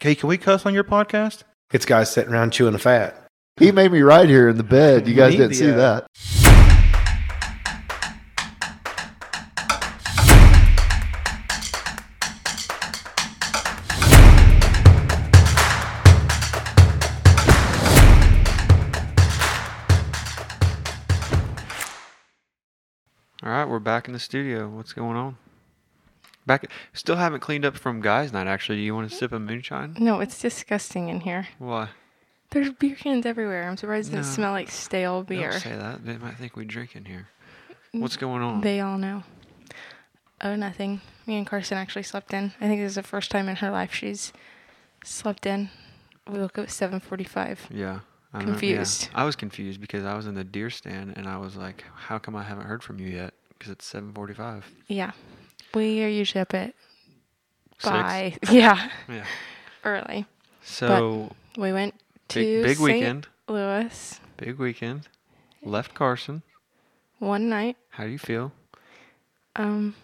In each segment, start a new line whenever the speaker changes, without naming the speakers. Hey, can we cuss on your podcast?
It's guys sitting around chewing a fat.
He made me ride here in the bed. You guys didn't see
Media.
that.
All right, we're back in the studio. What's going on? Back, still haven't cleaned up from guys' night. Actually, you want to sip a moonshine?
No, it's disgusting in here.
Why?
There's beer cans everywhere. I'm surprised it
No.
doesn't smell like stale beer.
Don't say that. They might think we drink in here. What's going on?
Mm, They all know. Oh, nothing. Me and Carson actually slept in. I think this is the first time in her life she's slept in. We woke up at 7:45.
yeah. I don't know, yeah.
Confused.
I was confused because I was in the deer stand and I was like, "How come I haven't heard from you yet?" Because it's seven forty-five.
Yeah, we are usually up at
Six.
by yeah
Yeah.
early.
So
We went to
big, big
St.
weekend.
Louis
Big weekend. Left Carson.
one night.
How do you feel
Um,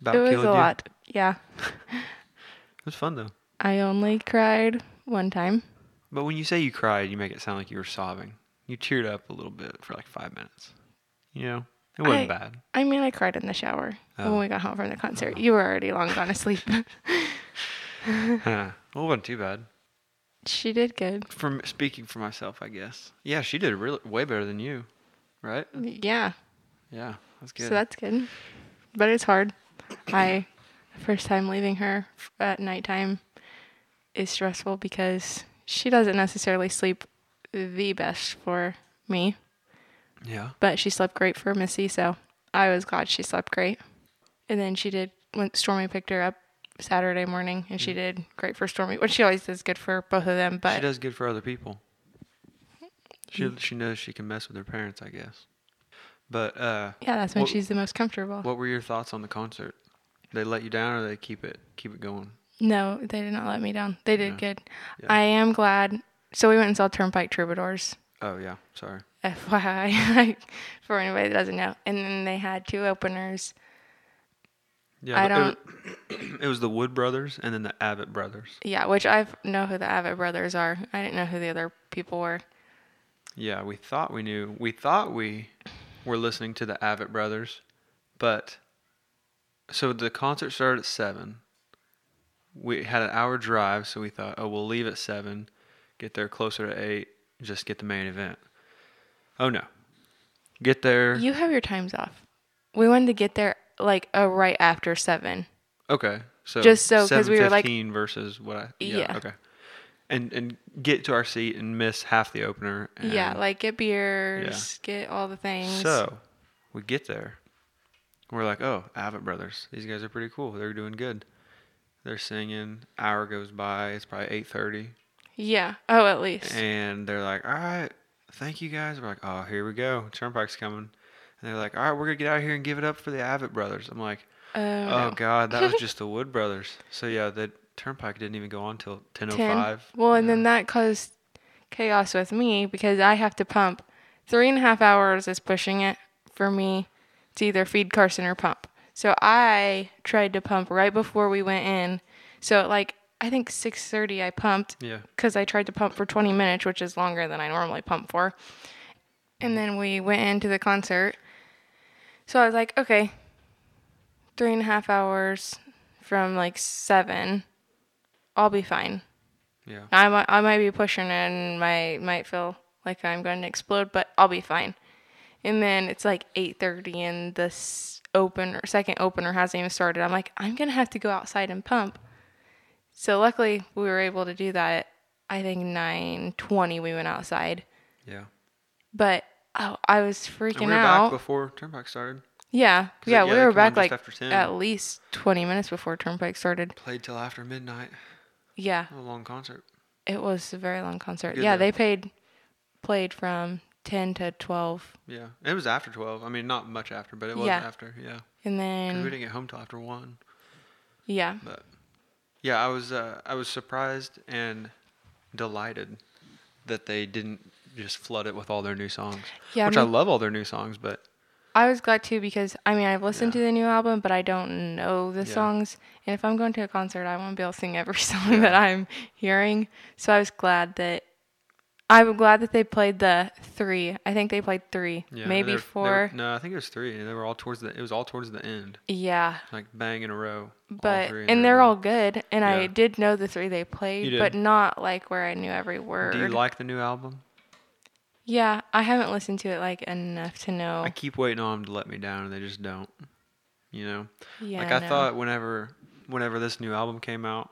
about
it was a
killing you?
lot. Yeah,
It was fun though.
I only cried one time.
But when you say you cried, you make it sound like you were sobbing. You teared up a little bit for like five minutes. You know, it wasn't
I-
bad.
I mean, I cried in the shower
Oh. Uh-huh.
when we got home from the concert. You were already long gone asleep.
Huh. well, it wasn't too bad.
she did good.
From speaking for myself, I guess. Yeah, she did really way better than you, right?
Yeah,
Yeah, that's good.
so that's good. But it's hard. I first time leaving her f- at nighttime is stressful because she doesn't necessarily sleep the best for me,
yeah,
but she slept great for Missy, so I was glad she slept great. And then she did when Stormy picked her up Saturday morning, and she
Mm.
did great for Stormy, which she always does good for both of them. But
she does good for other people. She she knows she can mess with her parents, I guess. But uh,
Yeah, that's when
What-
she's the most comfortable.
what were your thoughts on the concert? They let you down, or they keep it keep it going?
no, they did not let me down. They did
Yeah.
good.
Yeah.
I am glad. So we went and saw Turnpike Troubadours,
Oh yeah, sorry.
FYI, for anybody that doesn't know. And then they had two openers.
Yeah,
I
the- It was, it was the Wood brothers and then the Abbott brothers.
Yeah, which I know who the Abbott brothers are. I didn't know who the other people were.
Yeah, we thought we knew. We thought we were listening to the Abbott brothers, but so the concert started at seven. We had an hour drive, so we thought, oh, we'll leave at seven, get there closer to eight, just get the main event. Oh no, get there.
You have your times off. We wanted to get there like uh, right after seven.
Okay, so
Just so, 'cause we were like-
7:15 versus what I
Yeah.
okay, and and get to our seat and miss half the opener. And
yeah, like get beers, get all the things.
So we get there. We're like, oh, Abbott Brothers. These guys are pretty cool. They're doing good. They're singing. Hour goes by. It's probably eight thirty,
yeah. Oh, at least.
and they're like, all right, thank you guys. We're like, oh, here we go. Turnpike's coming. And they're like, all right, we're gonna get out here and give it up for the Abbott Brothers. I'm like,
oh,
oh
no.
god, that was just the Wood Brothers. So yeah, the Turnpike didn't even go on till ten oh
10.
five.
Well, and then that caused chaos with me because I have to pump. Three and a half hours is pushing it for me to either feed Carson or pump. So I tried to pump right before we went in. So at like I think 6:30 I pumped
Yeah.
because I tried to pump for 20 minutes, which is longer than I normally pump for. And then we went into the concert. So I was like, okay, three and a half hours from like seven, I'll be fine.
Yeah.
I might, I might be pushing it and might might feel like I'm going to explode, but I'll be fine. And then it's like 8:30 and the s- open second opener hasn't even started. I'm like, I'm gonna have to go outside and pump. So luckily we were able to do that. I think 9:20 we went outside,
Yeah.
but oh, I was
And
freaking
we were
out.
back before Turnpike started.
yeah,
they- yeah,
yeah, we
they come
were
on
back
just
like
after 10.
at least 20 minutes before Turnpike started.
Played till after midnight.
Yeah.
A long concert.
It was a very long concert.
Good
yeah,
though.
they paid played from ten to twelve,
Yeah, it was after twelve. I mean, not much after, but it was
Yeah. Mm.
after. Yeah, 'Cause
and
we
then
didn't get home till after one.
yeah,
But yeah, I was uh, I was surprised and delighted that they didn't just flood it with all their new songs.
Yeah,
which
me-
I love all their new songs, but
I was glad too because I mean I've listened
Yeah.
to the new album, but I don't know the
Yeah.
songs. And if I'm going to a concert, I want to be able to sing every song
Yeah.
that I'm hearing. So I was glad that I'm glad that they played the three. I think they played three,
Yeah, they were-
maybe
they were-
four.
no, I think it was three. They were all towards the. It was all towards the end,
yeah,
like bang in a row. all
but
three in
and
there,
they're
but-
all good. And I
Yeah.
did know the three they played,
You
but
did.
not like where I knew every word.
Do you like the new album?
yeah, I haven't listened to it like enough to know.
I keep waiting on them to let me down, and they just don't. You know,
yeah,
like I
no.
thought whenever, whenever this new album came out,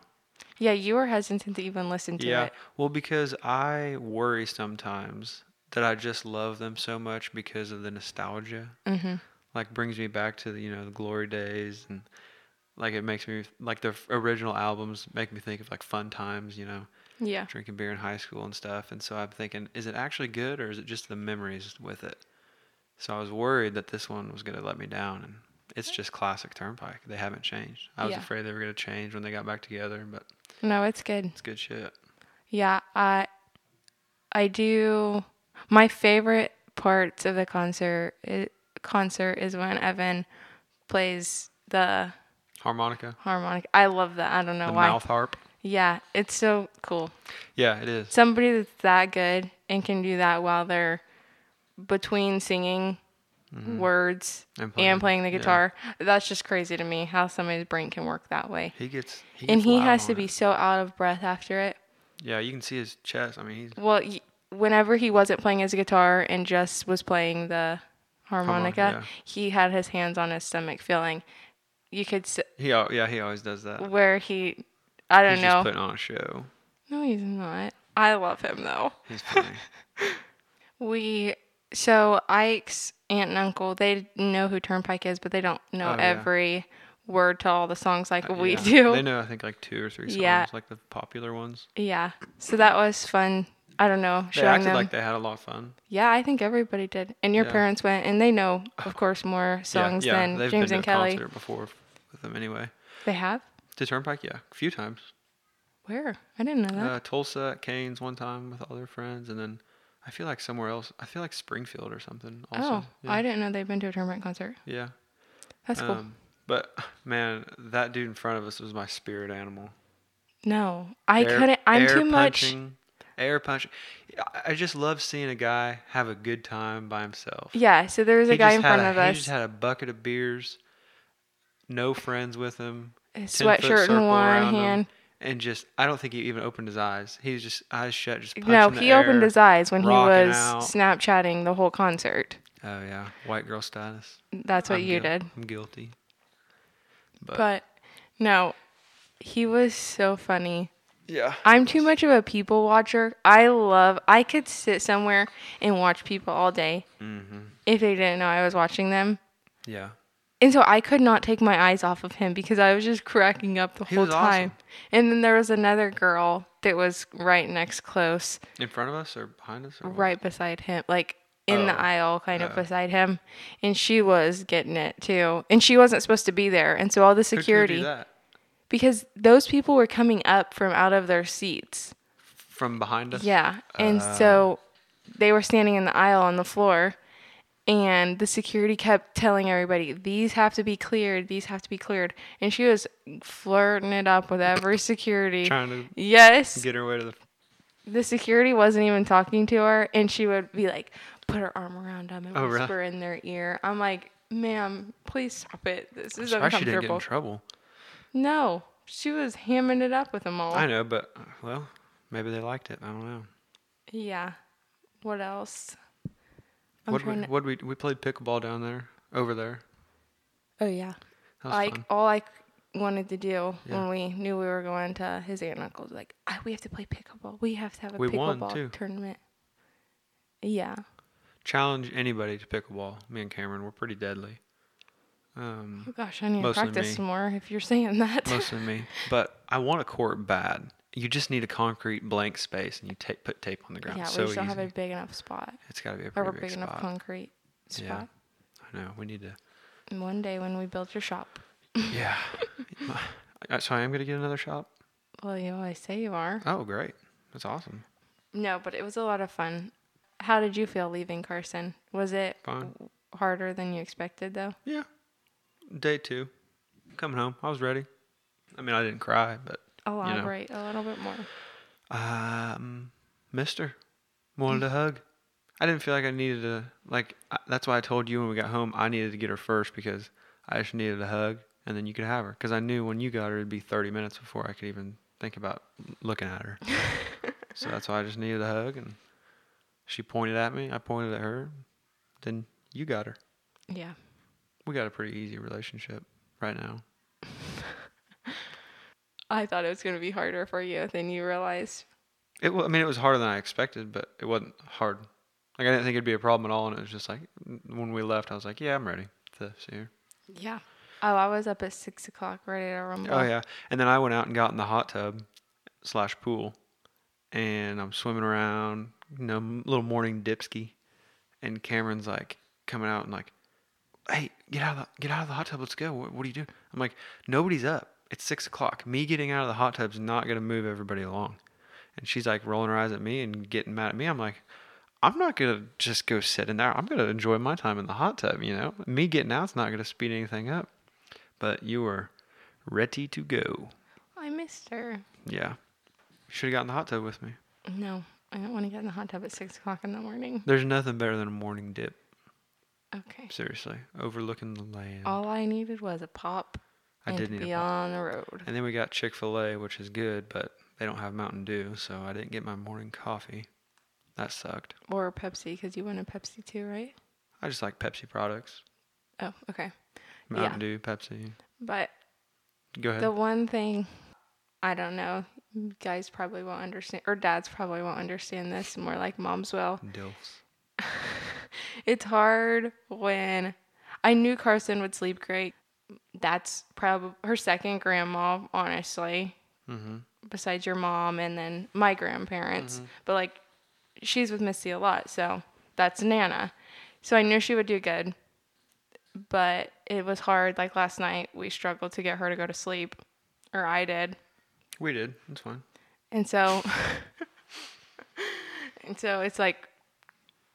Yeah, you were hesitant to even listen to
yeah.
it.
Well, because I worry sometimes that I just love them so much because of the nostalgia.
Mhm.
Like brings me back to the, you know the glory days and like it makes me like the original albums make me think of like fun times. You know,
Yeah.
drinking beer in high school and stuff. And so I'm thinking, is it actually good or is it just the memories with it? So I was worried that this one was going to let me down. And it's just classic Turnpike. They haven't changed. I was
Yeah.
afraid they were going to change when they got back together, but
No, it's good.
it's good shit.
Yeah, I I do my favorite parts of the concert i concert is when Evan plays the
Harmonica,
harmonica. I love that. I don't know
the
why.
mouth harp.
Yeah, it's so cool.
Yeah, it is.
Somebody that's that good and can do that while they're between singing words
Mm-hmm. And
and playing the
yeah.
guitar. That's just crazy to me how somebody's brain can work that way.
He gets, he
and
gets
he
loud
has
on
to
it.
be so out of breath after it.
Yeah, you can see his chest. I mean, he's
Well, y- whenever he wasn't playing his guitar and just was playing the harmonica,
Harmonica,
he had his hands on his stomach, feeling you could s-
he al- yeah he always does that.
where he. I don't
he's
know.
Uh, just putting on a show.
no, he's not. I love him though.
He's funny.
We so Ike's aunt and uncle they know who Turnpike is, but they don't know
Oh, yeah. Uh,
every word to all the songs like we
Yeah.
do.
They know I think like two or three songs,
Yeah.
like the popular ones.
Yeah, so that was fun. I don't know.
They
showing
acted
them.
like they had a lot of fun.
Yeah, I think everybody did. And your
Yeah.
parents went, and they know, of course, more songs than
they've
James
been
and
to a
Kelly.
concert before f- with them anyway.
They have?
To Turnpike, yeah, a few times.
Where? I didn't know that.
Uh, Tulsa at Kane's one time with all their friends, and then I feel like somewhere else. I feel like Springfield or something. Also.
oh,
yeah.
I didn't know they'd been to a tournament concert.
Yeah.
That's cool.
Um, but man, that dude in front of us was my spirit animal.
no, I
Air-
couldn't. I'm
air
too much.
punching, Air punching. I- I just love seeing a guy have a good time by himself.
Yeah, so there was a
He
guy
just
in
had
front
a-
of
He just
us,
had a bucket of beers, no friends with him.
a
10 foot
sweatshirt in
circle
one
around him,
hand.
and just I don't think he even opened his eyes. He was just eyes shut, just punching
No,
the
he opened
air.
his eyes when he
rocking
was
out.
Snapchatting the whole concert.
Oh yeah, white girl status.
That's what
I'm
you
guil-
did.
I'm guilty. But,
But no, he was so funny.
yeah,
I'm too much of a people watcher. I love. I could sit somewhere and watch people all day
Mm-hmm.
if they didn't know I was watching them.
yeah.
And so I could not take my eyes off of him because I was just cracking up the
He
whole
was awesome.
time. And then there was another girl that was right next close,
In front of us or behind us or what?
right beside him, like in the
Oh.
aisle, kind of
Oh.
beside him. And she was getting it too. And she wasn't supposed to be there. And so all the
Who's gonna do
security,
that?
because those people were coming up from out of their seats.
from behind us.
Yeah. And
Uh.
so they were standing in the aisle on the floor and the security kept telling everybody, these have to be cleared, these have to be cleared. And she was flirting it up with every security.
trying to
Yes.
get her way to the.
The security wasn't even talking to her and she would be like, put her arm around them and
Oh, really?
whisper in their ear. I'm like, ma'am, please stop it. This is
Sorry, she didn't get in
uncomfortable.
trouble.
no. She was hamming it up with them all.
I know, but uh, well, maybe they liked it. I don't know.
Yeah. What else? I'm
What
trying
we,
to-
what we we played pickleball down there over there.
Oh yeah.
That was
like
fun.
all I c- wanted to do
Yeah.
when we knew we were going to his aunt and uncle's, like "Ah, we have to play pickleball. We have to have a
We won,
pickleball
too.
tournament. Yeah,
Challenge anybody to pickleball. Me and Cameron were pretty deadly. Um,
Oh, gosh, I need
Mostly
to practice
me.
more. If you're saying that,
mostly me. But I want a court bad. You just need a concrete blank space, and you ta- put tape on the ground.
yeah,
so
we just
easy.
don't have a big enough spot
it's got to be a
or
pretty
a
big,
big enough
spot.
concrete spot.
Yeah. I know. We need to.
And one day when we build your shop,
Yeah. Uh, so I am gonna get another shop.
well, you always say you are.
Oh, great. That's awesome.
No, but it was a lot of fun. How did you feel leaving Carson? Was it
Fine.
harder than you expected, though?
Yeah. Day two. Coming home. I was ready. I mean, I didn't cry, but
Elaborate a little bit more.
um, Mister wanted a hug. I didn't feel like I needed to, like, I, that's why I told you when we got home, I needed to get her first because I just needed a hug and then you could have her. Because I knew when you got her, it'd be 30 minutes before I could even think about looking at her. so that's why I just needed a hug. And she pointed at me. I pointed at her. Then you got her.
Yeah.
We got a pretty easy relationship right now.
I thought it was going to be harder for you than you realized.
It wa I mean, it was harder than I expected, but it wasn't hard. Like I didn't think it'd be a problem at all, and it was just like n- when we left, I was like, "Yeah, I'm ready to see her."
Yeah. Oh, I was up at six o'clock ready to rumble.
Oh yeah, and then I went out and got in the hot tub slash pool, and I'm swimming around, you know, m- little morning dipski, and Cameron's like coming out and like, "Hey, get out of the get out of the hot tub, let's go." What, what do you do? I'm like, "Nobody's up. It's six o'clock. Me getting out of the hot tub's not gonna move everybody along." And she's like rolling her eyes at me and getting mad at me. I'm like, I'm not gonna just go sit in there. I'm gonna enjoy my time in the hot tub. You know, me getting out's not gonna speed anything up. But you were ready to go.
I missed her.
Yeah. Should have gotten the hot tub with me.
No, I don't want to get in the hot tub at six o'clock in the morning.
There's nothing better than a morning dip.
Okay.
Seriously. Overlooking the land.
All I needed was a pop
I
and
did
to
need
be
a pop.
on the road.
And then we got Chick fil A, which is good, but they don't have Mountain Dew, so I didn't get my morning coffee. That sucked.
Or Pepsi, because you wanted Pepsi too, right?
I just like Pepsi products.
Oh, okay.
Mountain
Yeah.
Dew, Pepsi.
But
Go ahead.
the one thing I don't know, you guys probably won't understand, or dads probably won't understand this, more like moms will.
Dilfs.
It's hard when I knew Carson would sleep great. That's probably her second grandma, honestly,
Mm-hmm.
besides your mom and then my grandparents. But like, she's with Missy a lot, so that's Nana. So I knew she would do good, but it was hard. Like last night, we struggled to get her to go to sleep, or I did.
We did. That's fine.
And so and so it's like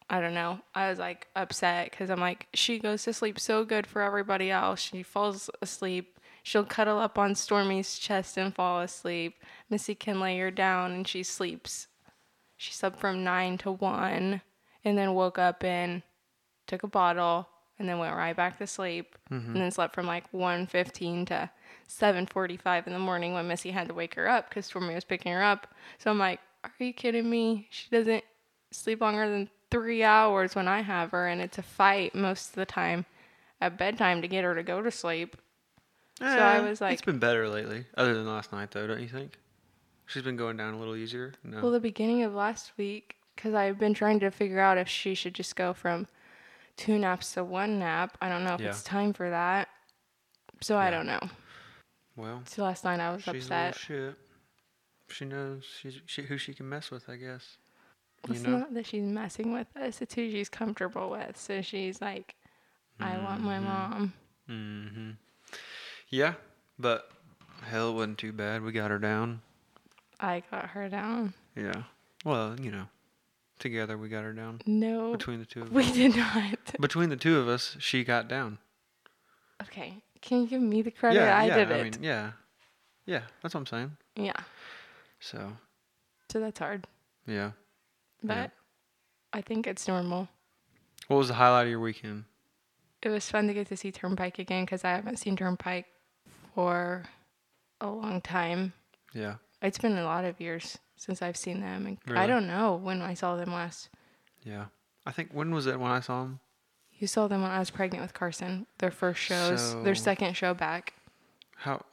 I don't know. I was like upset cuz I'm like she goes to sleep so good for everybody else. She falls asleep. She'll cuddle up on Stormy's chest and fall asleep. Missy can lay her down and she sleeps. She slept from 9 to 1 and then woke up and took a bottle and then went right back to sleep
Mm-hmm.
and then slept from like 1.15 to 7.45 in the morning when missy had to wake her up because stormy was picking her up so i'm like are you kidding me she doesn't sleep longer than three hours when i have her and it's a fight most of the time at bedtime to get her to go to sleep so i
Eh,
was
It's
like
been better lately, other than last night, though, don't you think? She's been going down a little easier. No.
Well, the beginning of last week, because I've been trying to figure out if she should just go from two naps to one nap. I don't know if
Yeah.
it's time for that. So I
Yeah.
don't know.
well,
So last night I was
she's a little
upset.
shit. She knows she's she, who she can mess with, I guess. you
It's
know?
not that she's messing with us, it's who she's comfortable with. So she's like, I want my mom.
Mm-hmm. Yeah, but hell, it wasn't too bad. We got her down.
I got her down.
Yeah. Well, you know, together we got her down.
No,
Between the two of us.
we did not.
Between the two of us, she got down.
Okay. Can you give me the credit?
yeah,
I
yeah,
did
I
it.
mean, yeah. Yeah, that's what I'm saying.
yeah.
So,
So that's hard.
yeah.
But I think it's normal.
What was the highlight of your weekend?
it was fun to get to see Turnpike again because I haven't seen Turnpike for a long time.
Yeah.
It's been a lot of years since I've seen them. And I
Really?
don't know when I saw them last.
Yeah. I think when was it when I saw him?
You saw them when I was pregnant with Carson. Their first shows, their
So-
second show back.
How?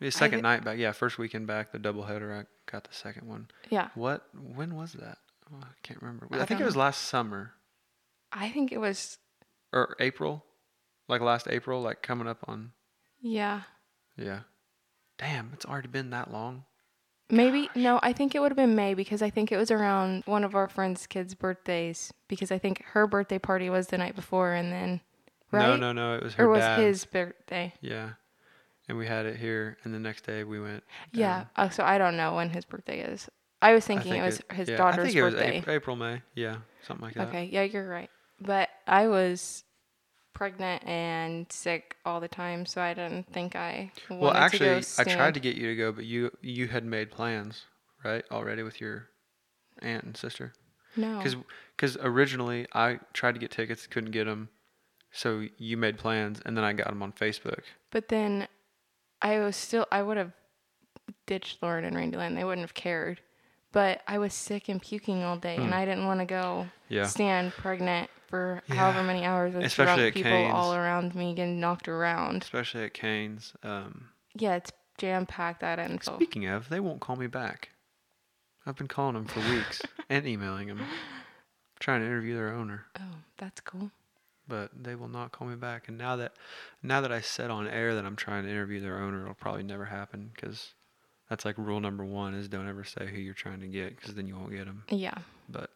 The second
thi-
night back. Yeah, first weekend back, the doubleheader. I got the second one.
Yeah,
What? When was that? Oh, I can't remember.
I
I, think
don't
it was last summer
I think it was.
or April, like last April, like coming up on.
Yeah,
Yeah. Damn, it's already been that long.
maybe no. I think it would have been May because I think it was around one of our friends' kids' birthdays because I think her birthday party was the night before and then, right?
No, no, no. It was her
or was
dad.
his birthday?
Yeah. And we had it here, and the next day we went.
Yeah.
down.
Uh, so I don't know when his birthday is. I was thinking
think
it was his
yeah,
daughter's
I think it was
birthday.
April, April, May. Yeah, something like that.
okay. Yeah, you're right. But I was pregnant and sick all the time, so I didn't think I wanted
Well,
to
actually,
go
I
stand.
tried to get you to go, but you you had made plans, right, already with your aunt and sister.
no.
Because originally I tried to get tickets, couldn't get them, so you made plans, and then I got them on Facebook.
But then I was still, I would have ditched Lauren and Randy Lynn. They wouldn't have cared. But I was sick and puking all day, and I didn't want to go
Hmm. Yeah.
stand pregnant for however
Yeah.
many hours with
Especially
drunk
at
people
Cane's.
all around me getting knocked around.
Especially at Canes. Um,
Yeah, it's jam packed that in. So
speaking of, they won't call me back. I've been calling them for weeks and emailing them, trying to interview their owner,
oh, that's cool.
but they will not call me back. And now that now that I said on air that I'm trying to interview their owner, it'll probably never happen because that's like rule number one is don't ever say who you're trying to get because then you won't get them.
Yeah,
But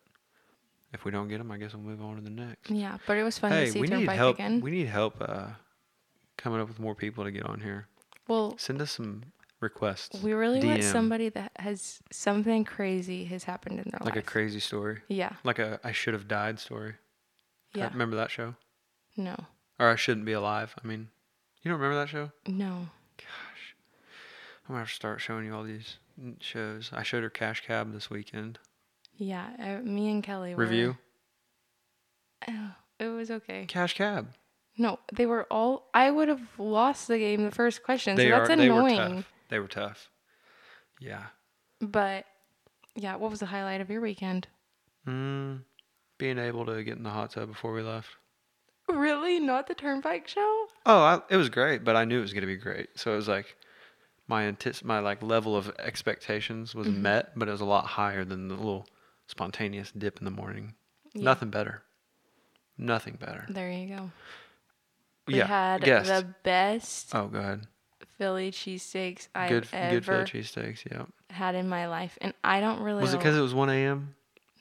if we don't get them, I guess we'll move on to the next.
yeah. But it was fun to
hey,
see
we need
Turnpike
help.
again.
We need help uh, coming up with more people to get on here.
well,
Send us some requests.
we really want
DM,
somebody that has something crazy has happened in their
like a
life.
crazy story,
yeah,
like a I should have died story. I
yeah.
remember that show?
No,
Or I shouldn't be alive. I mean, you don't remember that show?
no.
Gosh, I'm gonna have to start showing you all these n- shows. I showed her Cash Cab this weekend.
Yeah, uh, me and Kelly were-
Review
Oh, it was okay.
Cash Cab.
No, they were all. I would have lost the game the first question,
They
so that's
are.
annoying.
They were tough. They were tough. Yeah.
But yeah, what was the highlight of your weekend?
Mm, being able to get in the hot tub before we left.
Really, not the Turnpike show?
Oh, I, it was great, but I knew it was going to be great. So it was like my antis- my like level of expectations
Mm-hmm.
was met, but it was a lot higher than the little spontaneous dip in the morning.
Yeah.
Nothing better. Nothing better.
There you go. We
yeah.
had
guest.
the best
oh, go ahead.
Philly cheesesteaks I've
Good good Philly
ever
cheesesteaks, yeah.
had in my life, and I don't really.
Was it cuz it was 1 a.m.?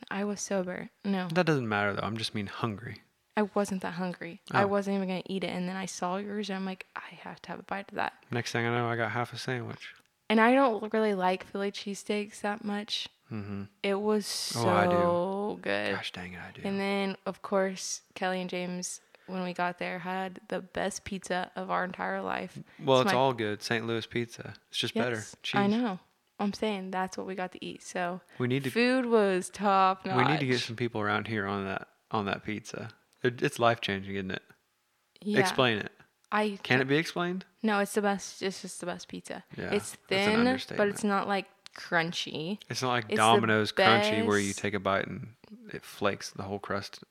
I was sober? No,
That doesn't matter though. I'm just mean hungry.
I wasn't that hungry. I
Oh.
wasn't even gonna eat it, and then I saw yours, and I'm like, I have to have a bite of that.
Next thing I know, I got half a sandwich.
And I don't really like Philly cheesesteaks that much.
Mhm.
It was so
Oh, I do.
good.
Gosh dang it, I do.
And then, of course, Kelly and James, when we got there, had the best pizza of our entire life.
well, it's
my-
all good. St. Louis pizza. It's just better.
Yes,
Cheese.
I know. I'm saying that's what we got to eat. So
We need to
food was top notch.
We need to get some people around here on that on that pizza. It, it's life changing, isn't it?
Yeah,
Explain it.
I
Can it be explained?
No, it's the best. It's just the best pizza.
Yeah,
it's
that's an
thin, but it's
understatement.
not like crunchy.
It's not like
It's the
Domino's crunchy where you
best-
take a bite and it flakes the whole crust.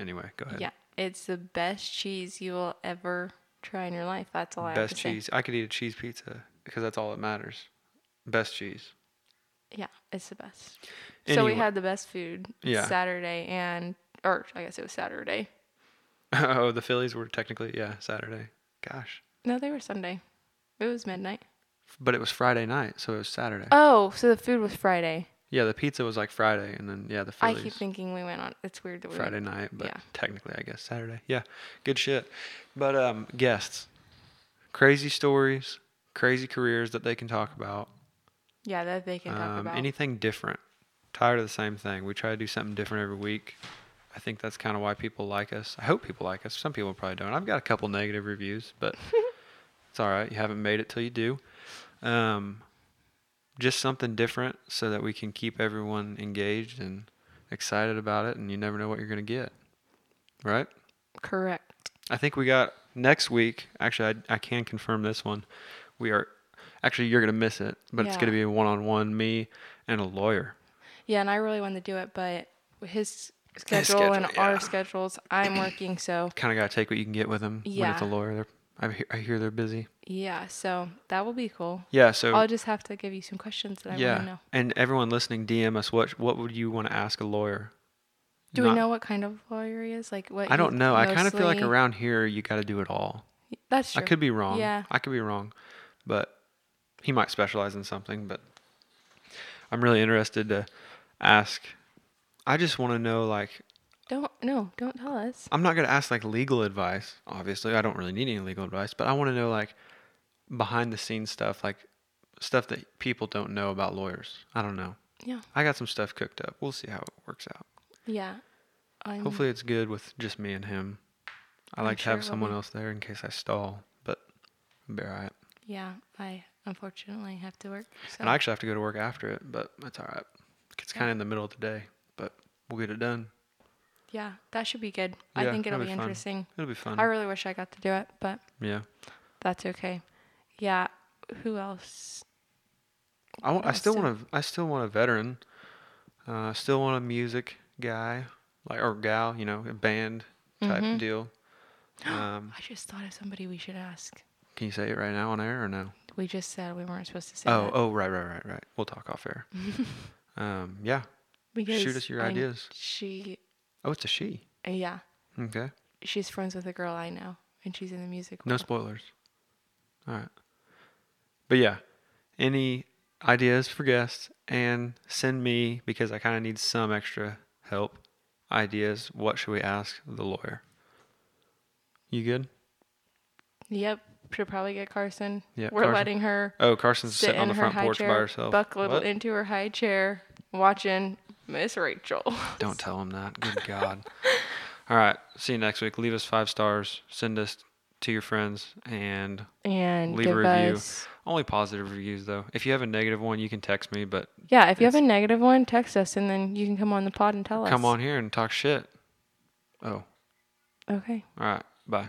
Anyway, go ahead.
Yeah, it's the best cheese you will ever try in your life. That's all I have
Best
to
cheese. I could eat a cheese pizza because that's all that matters. Best cheese.
say. Yeah, it's the best. So we
Anyway.
had the best food
Yeah.
Saturday and or I guess it was Saturday.
oh, the Phillies were technically yeah Saturday. Gosh,
No, they were Sunday. It was midnight.
but it was Friday night, so it was Saturday.
Oh, so the food was Friday.
yeah, the pizza was like Friday, and then yeah, the Phillies.
I keep thinking we went on. It's weird that we
Friday
Went.
night, but
yeah.
technically I guess Saturday. Yeah. Good shit. But um guests. Crazy stories, crazy careers that they can talk about.
Yeah, that they can talk
um,
about.
anything different. Tired of the same thing. We try to do something different every week. I think that's kind of why people like us. I hope people like us. Some people probably don't. I've got a couple negative reviews, but it's all right. You haven't made it till you do. Um, just something different so that we can keep everyone engaged and excited about it, and you never know what you're going to get. Right?
Correct.
I think we got next week. Actually, I, I can confirm this one. We are actually you're gonna miss it, but it's
Yeah.
gonna be a one-on-one me and a lawyer.
Yeah, and I really wanted to do it, but his schedule, and
schedule, yeah.
our schedules, I'm working, so
Kind of gotta take what you can get with them. When it's a
Yeah.
lawyer, they're, I, he- I hear they're busy.
yeah, so that will be cool.
Yeah. So
I'll just have to give you some questions that I want
yeah,
to know.
and everyone listening, DM us what what would you want to ask a lawyer?
Do
Not-
we know what kind of lawyer he is? Like what?
I don't know. I kind of feel like
around.
around here you got to do it all.
That's true.
I could be wrong.
Yeah.
I could be wrong, but he might specialize in something. But I'm really interested to ask. I just want to know like
Don't no. Don't tell us.
I'm not gonna ask like legal advice. Obviously, I don't really need any legal advice, but I want to know like behind the scenes stuff, like stuff that people don't know about lawyers. I don't know.
Yeah. Mm-hmm.
I got some stuff cooked up. We'll see how it works out.
Yeah. I'm-
Hopefully, it's good with just me and him. I like to
sure
have
it will
someone
be.
else there in case I stall, but I'll be all right.
Yeah, I unfortunately have to work. So
And I actually have to go to work after it, but that's all right. It's kind of in the middle of the day, but we'll get it done.
yeah, that should be good. I
Yeah,
think it'll
that'll
be,
be fun.
interesting.
It'll be fun.
I really wish I got to do it, but
yeah.
that's okay. Yeah, who else?
I, wa- I
else
still
did-
want to. I still want a veteran. Uh, I still want a music guy, like or gal, you know, a band type deal. Um,
I just thought of somebody we should ask.
can you say it right now on air or no?
We just said we weren't supposed to say
Oh,
that.
oh, right, right, right, right. We'll talk off air. um, yeah.
Because
us your
I-
ideas.
She,
Oh, it's a she.
yeah,
Okay.
she's friends with a girl I know, and she's in the music.
No
world.
spoilers. All right. But yeah, any ideas for guests and send me because I kind of need some extra help. Ideas. What should we ask the lawyer? You good?
Yep, should probably get Carson.
Yeah,
we're
Carson.
letting her
Oh, Carson's
sit
sitting on
in
the
her
front
high
porch by
chair,
herself.
buckled
What?
into her high chair, watching Miss Rachel.
Don't tell him that. Good God. All right. See you next week. Leave us five stars. Send us to your friends and
and
leave a
give
review.
us.
Only positive reviews though. If you have a negative one, you can text me, but
Yeah, if you have a negative one, text us, and then you can come on the pod and tell us.
come on here and talk shit. Oh, all
Okay.
right. Bye.